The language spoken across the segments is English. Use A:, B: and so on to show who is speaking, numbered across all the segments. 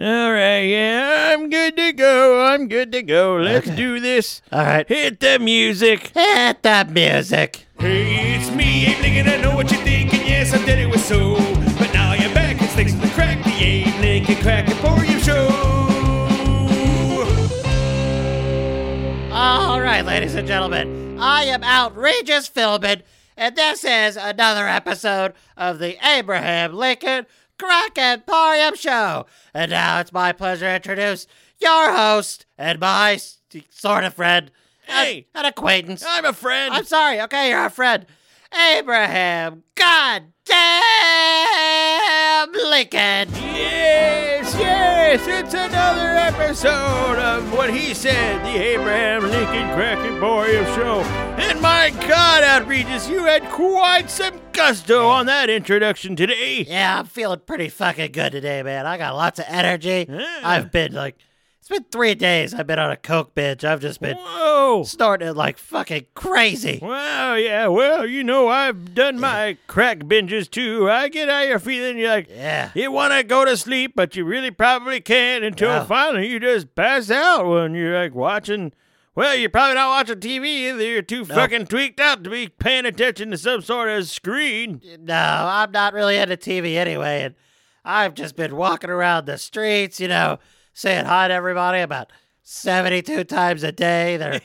A: All right, yeah, I'm good to go. I'm good to go. Let's
B: Okay.
A: do this.
B: All right.
A: Hit the music.
B: Hit the music.
C: Hey, it's me, Abe Lincoln. I know what you're thinking. Yes, I did it with so. But now you're back. It's thanks to the crack, the Abe Lincoln crack emporium show.
B: All right, ladies and gentlemen, I am outrageous Philbin, and this is another episode of the Abraham Lincoln Crack Emporium Show. And now it's my pleasure to introduce your host and my s- sort of friend, an-
A: Hey.
B: an acquaintance.
A: I'm a friend.
B: I'm sorry. Okay, you're our friend. Abraham Goddamn Lincoln.
A: Yes, yes, it's another episode of what he said, the Abraham Lincoln Crack Emporium Show. And my God, Outrageous, you had quite some gusto on that introduction today.
B: Yeah, I'm feeling pretty fucking good today, man. I got lots of energy.
A: Yeah.
B: I've been like, it's been three days. I've been on a coke binge. I've just been
A: Whoa.
B: snorting it like fucking crazy.
A: Wow, yeah, well, you know, I've done my crack binges too. I get how you're feeling. You're like,
B: Yeah.
A: you want to go to sleep, but you really probably can't until
B: Yeah.
A: finally you just pass out when you're like watching. Well, you're probably not watching TV either. You're too fucking tweaked out to be paying attention to some sort of screen.
B: No, I'm not really into TV anyway, and I've just been walking around the streets, you know, saying hi to everybody about 72 times a day. They're,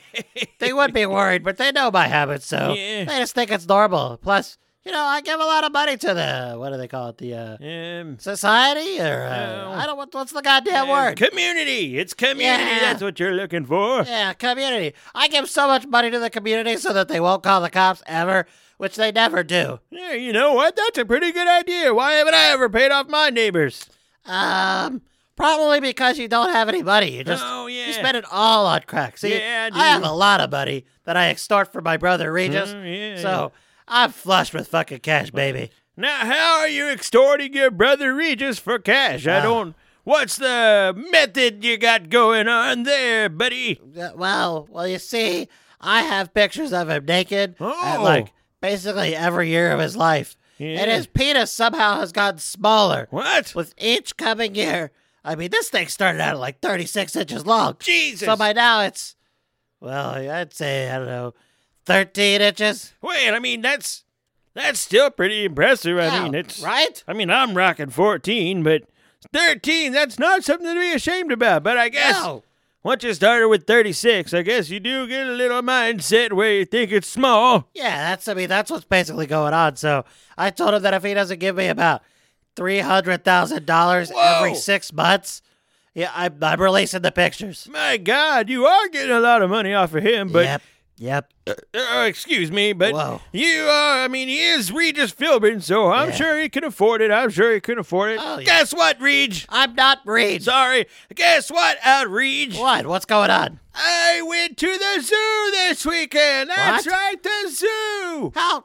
B: they would be worried, but they know my habits, so
A: Yeah.
B: they just think it's normal. Plus, you know, I give a lot of money to the, what do they call it, the uh,
A: Um,
B: society? Or, uh,
A: No.
B: I don't, what, what's the goddamn
A: um,
B: word?
A: community. It's community.
B: Yeah.
A: That's what you're looking for.
B: Yeah, community. I give so much money to the community so that they won't call the cops ever, which they never do.
A: Yeah, you know what? That's a pretty good idea. Why haven't I ever paid off my neighbors?
B: Um, probably because you don't have any money. You just
A: Oh, yeah.
B: you spend it all on crack. See,
A: Yeah, I
B: I, have
A: do.
B: a lot of money that I extort from my brother Regis.
A: Mm, yeah,
B: so I'm flush with fucking cash, baby.
A: Now, how are you extorting your brother Regis for cash? I
B: Ah.
A: don't. What's the method you got going on there, buddy?
B: Uh, Well, well, you see, I have pictures of him naked at
A: Oh.
B: like basically every year of his life, and
A: Yeah.
B: his penis somehow has gotten smaller
A: What?
B: with each coming year. I mean, this thing started out at like 36 inches long.
A: Jesus.
B: So by now it's, well, I'd say, I don't know, 13 inches.
A: Wait, I mean that's that's still pretty impressive. I mean,
B: Yeah,
A: it's
B: right?
A: I mean, I'm rocking 14, but 13. That's not something to be ashamed about. But I guess
B: No.
A: once you started with 36, I guess you do get a little mindset where you think it's small.
B: Yeah, that's, I mean, that's what's basically going on. So I told him that if he doesn't give me about $300,000 every
A: Whoa.
B: six months, yeah, I'm, I'm releasing the pictures.
A: My God, you are getting a lot of money off of him, but
B: yep, yep.
A: Uh, excuse me, but
B: Whoa.
A: you are, I mean, he is Regis Philbin, so I'm
B: Yeah.
A: sure he can afford it. I'm sure he can afford it.
B: Oh, yeah.
A: Guess what, Reg?
B: I'm not Reed.
A: Sorry. Guess what, uh, outrage?
B: What? What's going on?
A: I went to the zoo this weekend. That's
B: What?
A: right, the zoo.
B: How?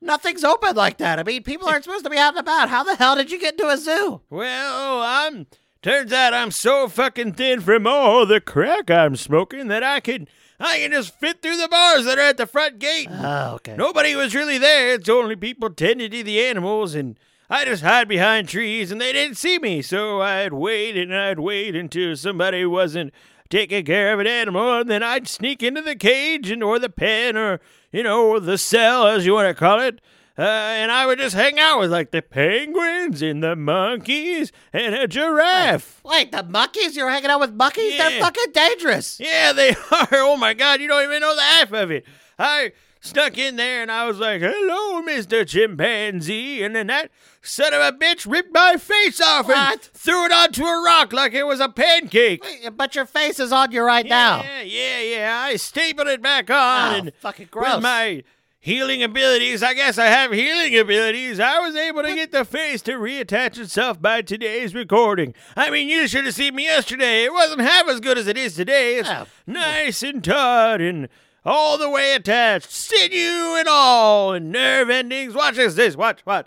B: Nothing's open like that. I mean, people aren't supposed to be out and about. How the hell did you get to a zoo?
A: Well, I'm. Turns out I'm so fucking thin from all the crack I'm smoking that I can, I can just fit through the bars that are at the front gate.
B: Oh, okay.
A: Nobody was really there. It's only people tending to the animals, and I just hide behind trees, and they didn't see me. So I'd wait and I'd wait until somebody wasn't taking care of an animal, and then I'd sneak into the cage and or the pen or you know or the cell, as you want to call it. Uh, and I would just hang out with like the penguins and the monkeys and a giraffe.
B: Wait, the monkeys? You're hanging out with monkeys? They're
A: Yeah.
B: fucking dangerous.
A: Yeah, they are. Oh my God, you don't even know the half of it. I snuck in there and I was like, "Hello, Mister Chimpanzee," and then that son of a bitch ripped my face off and
B: What?
A: threw it onto a rock like it was a pancake.
B: But your face is on you right now.
A: Yeah, yeah, yeah. I stapled it back on
B: Oh,
A: and
B: fucking
A: with
B: gross.
A: my healing abilities, I guess I have healing abilities. I was able to get the face to reattach itself by today's recording. I mean, you should have seen me yesterday. It wasn't half as good as it is today. It's
B: Oh.
A: nice and taut and all the way attached, sinew and all, and nerve endings. Watch this, this, watch, watch.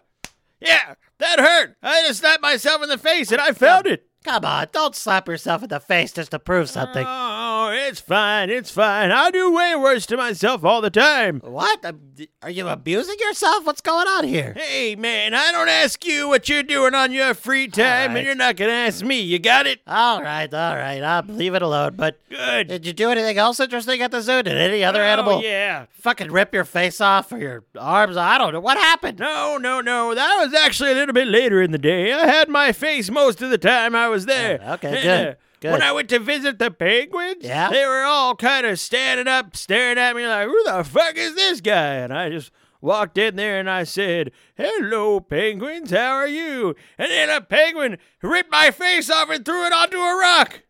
A: Yeah, that hurt. I just slapped myself in the face and I felt it.
B: Come on, don't slap yourself in the face just to prove something.
A: Oh, It's fine. It's fine. I do way worse to myself all the time.
B: What? Um, d- Are you abusing yourself? What's going on here?
A: Hey, man, I don't ask you what you're doing on your free time,
B: right.
A: and you're not going to ask me. You got it?
B: All right, all right. I'll leave it alone. But
A: Good.
B: did you do anything else interesting at the zoo? Did any other animal
A: Oh, yeah.
B: fucking rip your face off or your arms? I don't know. What happened?
A: No, no, no. That was actually a little bit later in the day. I had my face most of the time I was there.
B: Oh, okay,
A: And,
B: good,
A: uh,
B: good.
A: When I went to visit the penguins,
B: Yeah?
A: they were all kind of standing up, staring at me like, who the fuck is this guy? And I just walked in there and I said, hello, penguins, how are you? And then a penguin ripped my face off and threw it onto a rock.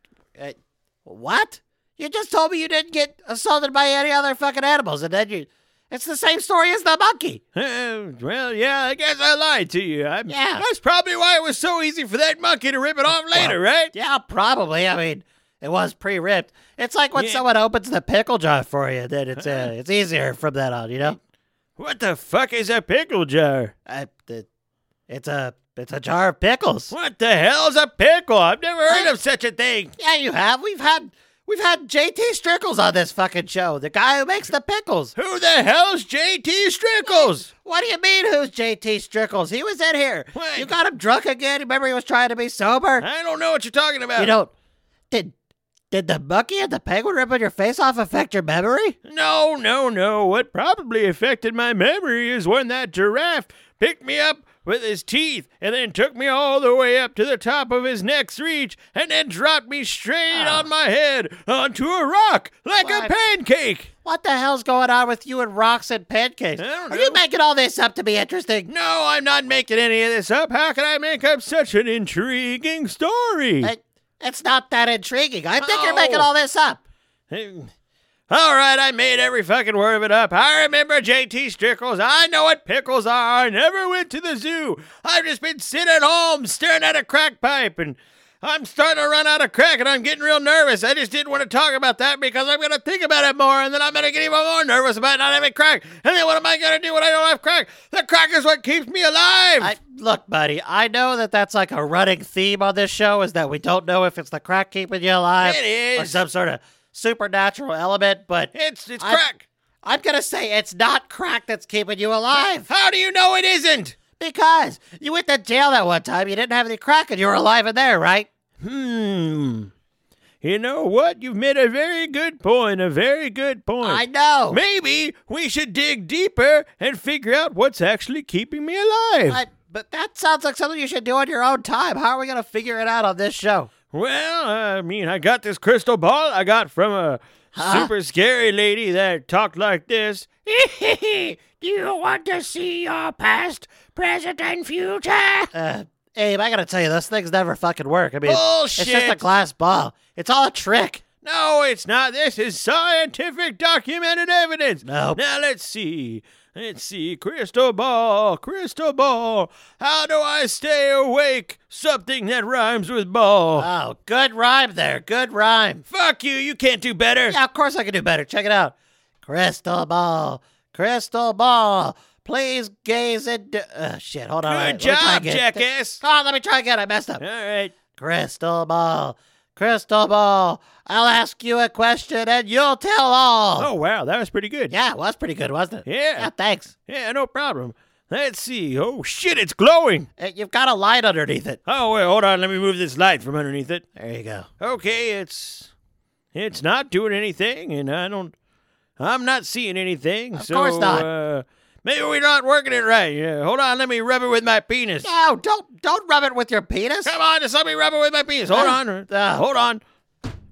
B: Uh, what? You just told me you didn't get assaulted by any other fucking animals, and then you. It's the same story as the monkey.
A: Uh, well, yeah, I guess I lied to you. I,
B: Yeah.
A: That's probably why it was so easy for that monkey to rip it off later, right?
B: Yeah, probably. I mean, it was pre-ripped. It's like when
A: Yeah. Uh-huh.
B: someone opens the pickle jar for you, then it's uh, it's easier from that on, you know.
A: What the fuck is a pickle jar?
B: I, it, it's a it's a jar of pickles.
A: What the hell's a pickle? I've never heard of such a thing.
B: Yeah, you have. We've had we've had JT Strickles on this fucking show. The guy who makes the pickles.
A: Who the hell's JT Strickles?
B: What do you mean? Who's JT Strickles? He was in here.
A: What?
B: You got him drunk again. Remember, he was trying to be sober.
A: I don't know what you're talking about.
B: You don't. Did did the monkey and the penguin ripping your face off affect your memory?
A: no, no, no. What probably affected my memory is when that giraffe picked me up with his teeth and then took me all the way up to the top of his neck's reach and then dropped me straight
B: Ah.
A: on my head onto a rock like
B: What?
A: a pancake.
B: What the hell's going on with you and rocks and pancakes?
A: I don't
B: Are you
A: know.
B: making all this up to be interesting?
A: No, I'm not making any of this up. How can I make up such an intriguing story?
B: It, it's not that intriguing. I think you're
A: Oh.
B: making all this up.
A: Hey, All right, I made every fucking word of it up. I remember JT Strickles. I know what pickles are. I never went to the zoo. I've just been sitting at home staring at a crack pipe and I'm starting to run out of crack and I'm getting real nervous. I just didn't want to talk about that because I'm going to think about it more and then I'm going to get even more nervous about not having crack. And then what am I going to do when I don't have crack? The crack is what keeps me alive.
B: I, look, buddy, I know that that's like a running theme on this show is that we don't know if it's the crack keeping you alive
A: It
B: or
A: is.
B: some sort of supernatural element, but
A: It's it's
B: I-
A: crack.
B: I'm going to say it's not crack that's keeping you alive
A: How do you know it isn't?
B: because you went to jail that one time. You didn't have any crack and you were alive in there, right?
A: Hmm. You know what? You've made a very good point. A very good point.
B: I know.
A: Hmm. Maybe we should dig deeper and figure out what's actually keeping me alive.
B: I, but that sounds like something you should do on your own time. How are we going to figure it out on this show?
A: well, I mean, I got this crystal ball I got from a
B: Huh?
A: super scary lady that talked like this. do you want to see your past, present, and future?
B: Uh, Abe, I got to tell you, those things never fucking work. I mean,
A: Bullshit.
B: it's just a glass ball, it's all a trick.
A: No, it's not. This is scientific documented evidence.
B: No.
A: Now let's see. Let's see. Crystal ball, crystal ball. How do I stay awake? Something that rhymes with ball.
B: Oh, good rhyme there. Good rhyme.
A: Fuck you. You can't do better.
B: Yeah, of course I can do better. Check it out. Crystal ball, crystal ball. Please gaze into. Uh, shit, hold on.
A: Good
B: all right, let me
A: job,
B: try again.
A: jackass.
B: Come on, let me try again. I messed up.
A: All right.
B: Crystal ball, crystal ball. I'll ask you a question and you'll tell all.
A: Oh, wow. That was pretty good.
B: Yeah, it was pretty good, wasn't it?
A: Yeah.
B: Yeah, thanks.
A: Yeah, no problem. Let's see. Oh, shit. It's glowing.
B: Uh, You've got a light underneath it.
A: Oh, wait. Hold on. Let me move this light from underneath it.
B: There you go.
A: okay, it's it's not doing anything, and I don't, I'm not seeing anything. Of so,
B: course not.
A: Uh, maybe we're not working it right. Yeah, hold on, let me rub it with my penis.
B: No, don't don't rub it with your penis.
A: Come on, just let me rub it with my penis. Hold
B: Uh,
A: on,
B: uh,
A: hold on.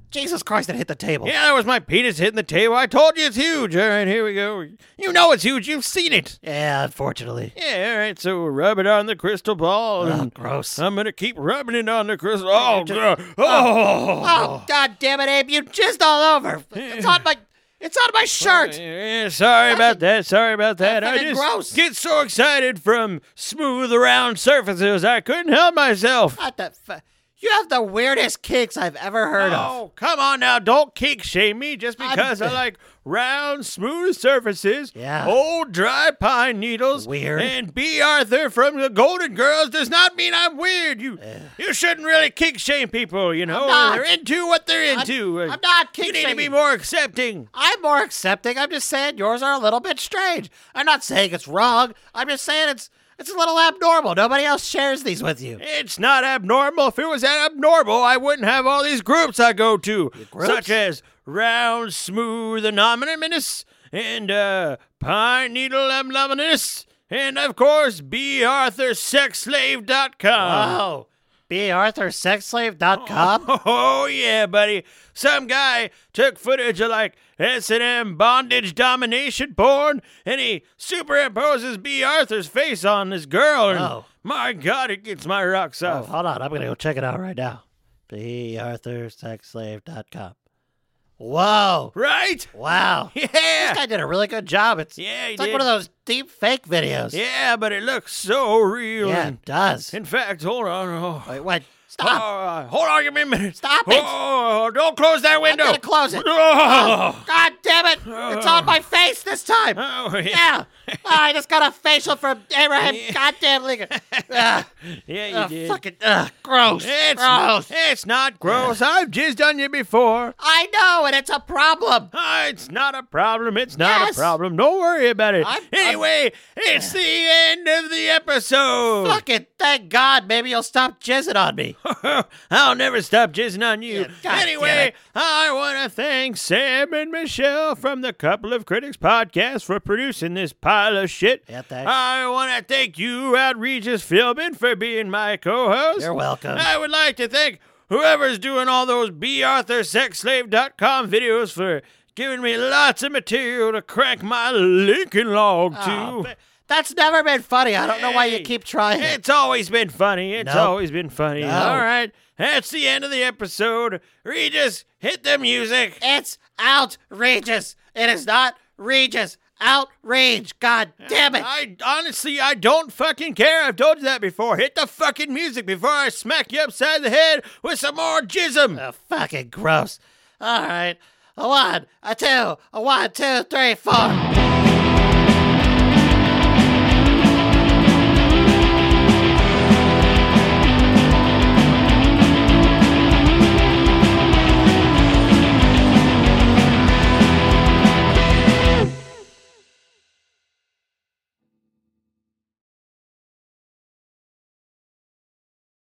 B: Jesus Christ, it hit the table.
A: Yeah, that was my penis hitting the table. I told you it's huge. All right, here we go. You know it's huge. You've seen it.
B: Yeah, unfortunately.
A: Yeah, all right. So rub it on the crystal ball.
B: Oh,
A: And
B: gross.
A: I'm gonna keep rubbing it on the crystal. Oh,
B: Just-
A: God. oh,
B: Oh, god damn it, Abe, you jizzed all over. It's on my it's on my shirt.
A: Yeah, sorry about that. Sorry about that. I
B: fucking
A: just
B: gross.
A: get so
B: Oh.
A: excited from smooth, round surfaces. I couldn't help myself.
B: What the fu- You have the weirdest kicks I've ever heard of.
A: Oh, come on now. Don't kick shame me just
B: I'm-
A: because I like round, smooth surfaces,
B: Yeah.
A: old dry pine needles,
B: Weird.
A: and B. Arthur from the Golden Girls does not mean I'm weird. You you shouldn't really kick shame people, you know.
B: not.
A: They're into what they're into.
B: I'm not
A: uh, you
B: kick
A: need to be
B: shaming.
A: more accepting.
B: I'm more accepting. I'm just saying yours are a little bit strange. I'm not saying it's wrong. I'm just saying it's it's a little abnormal. Nobody else shares these with you.
A: It's not abnormal. If it was abnormal, I wouldn't have all these groups I go to,
B: groups?
A: such as Round Smooth Anonymous and uh, Pine Needle Anonymous, and of course B Arthur Sexslave.com.
B: Oh, barthursexslave.com?
A: Oh yeah, buddy. Some guy took footage of like S&M bondage domination porn, and he superimposes B Arthur's face on this girl. And
B: Oh.
A: my God, it gets my rocks
B: Oh,
A: off.
B: hold on. I'm going to go check it out right now. barthursexslave.com. Whoa.
A: Right?
B: Wow.
A: Yeah.
B: This guy did a really good job. It's,
A: Yeah, he
B: it's like
A: did.
B: one of those deep fake videos.
A: Yeah, but it looks so real.
B: Yeah,
A: and-
B: it does.
A: In fact, hold on. Oh,
B: Wait, wait. Stop.
A: oh, uh, hold on, give me a minute.
B: Stop it.
A: Oh, don't close that window.
B: gonna close it.
A: Oh,
B: God damn it! It's on my face this time.
A: Oh, yeah.
B: Yeah, Oh, I just got a facial from Abraham.
A: Yeah.
B: Goddamn Lincoln. Ugh,
A: Yeah, you
B: ugh,
A: did.
B: fucking ugh, gross.
A: It's,
B: Oh, gross.
A: it's not gross. I've just done you before.
B: I know, and it's a problem.
A: Ah, it's not a problem. It's not
B: Yes.
A: a problem. Don't worry about it.
B: I'm- I'm-
A: anyway, it's the end of the episode.
B: Fucking thank God. Maybe you'll stop jizzing on me.
A: I'll never stop jizzing on you.
B: Yeah, God damn
A: anyway,
B: it.
A: I want to thank Sam and Michelle from the Couple of Critics podcast for producing this pile of shit.
B: Yeah, thanks.
A: I want to thank you, Outrageous Philbin, for being my co host.
B: You're welcome.
A: I would like to thank whoever's doing all those barthurssexslave.com videos for giving me lots of material to crack my Lincoln log to.
B: Oh, but that's never been funny. I don't know why you
A: Hey.
B: keep trying. it.
A: It's always been funny. It's
B: No.
A: always been funny.
B: No.
A: All right. That's the end of the episode. Regis, hit the music.
B: It's outrageous. It is not Regis. Outrage. God damn it.
A: I honestly, I don't fucking care. I've told you that before. Hit the fucking music before I smack you upside the head with some more jism.
B: Oh, fucking gross. All right. A one, a two, a one, two, three, four.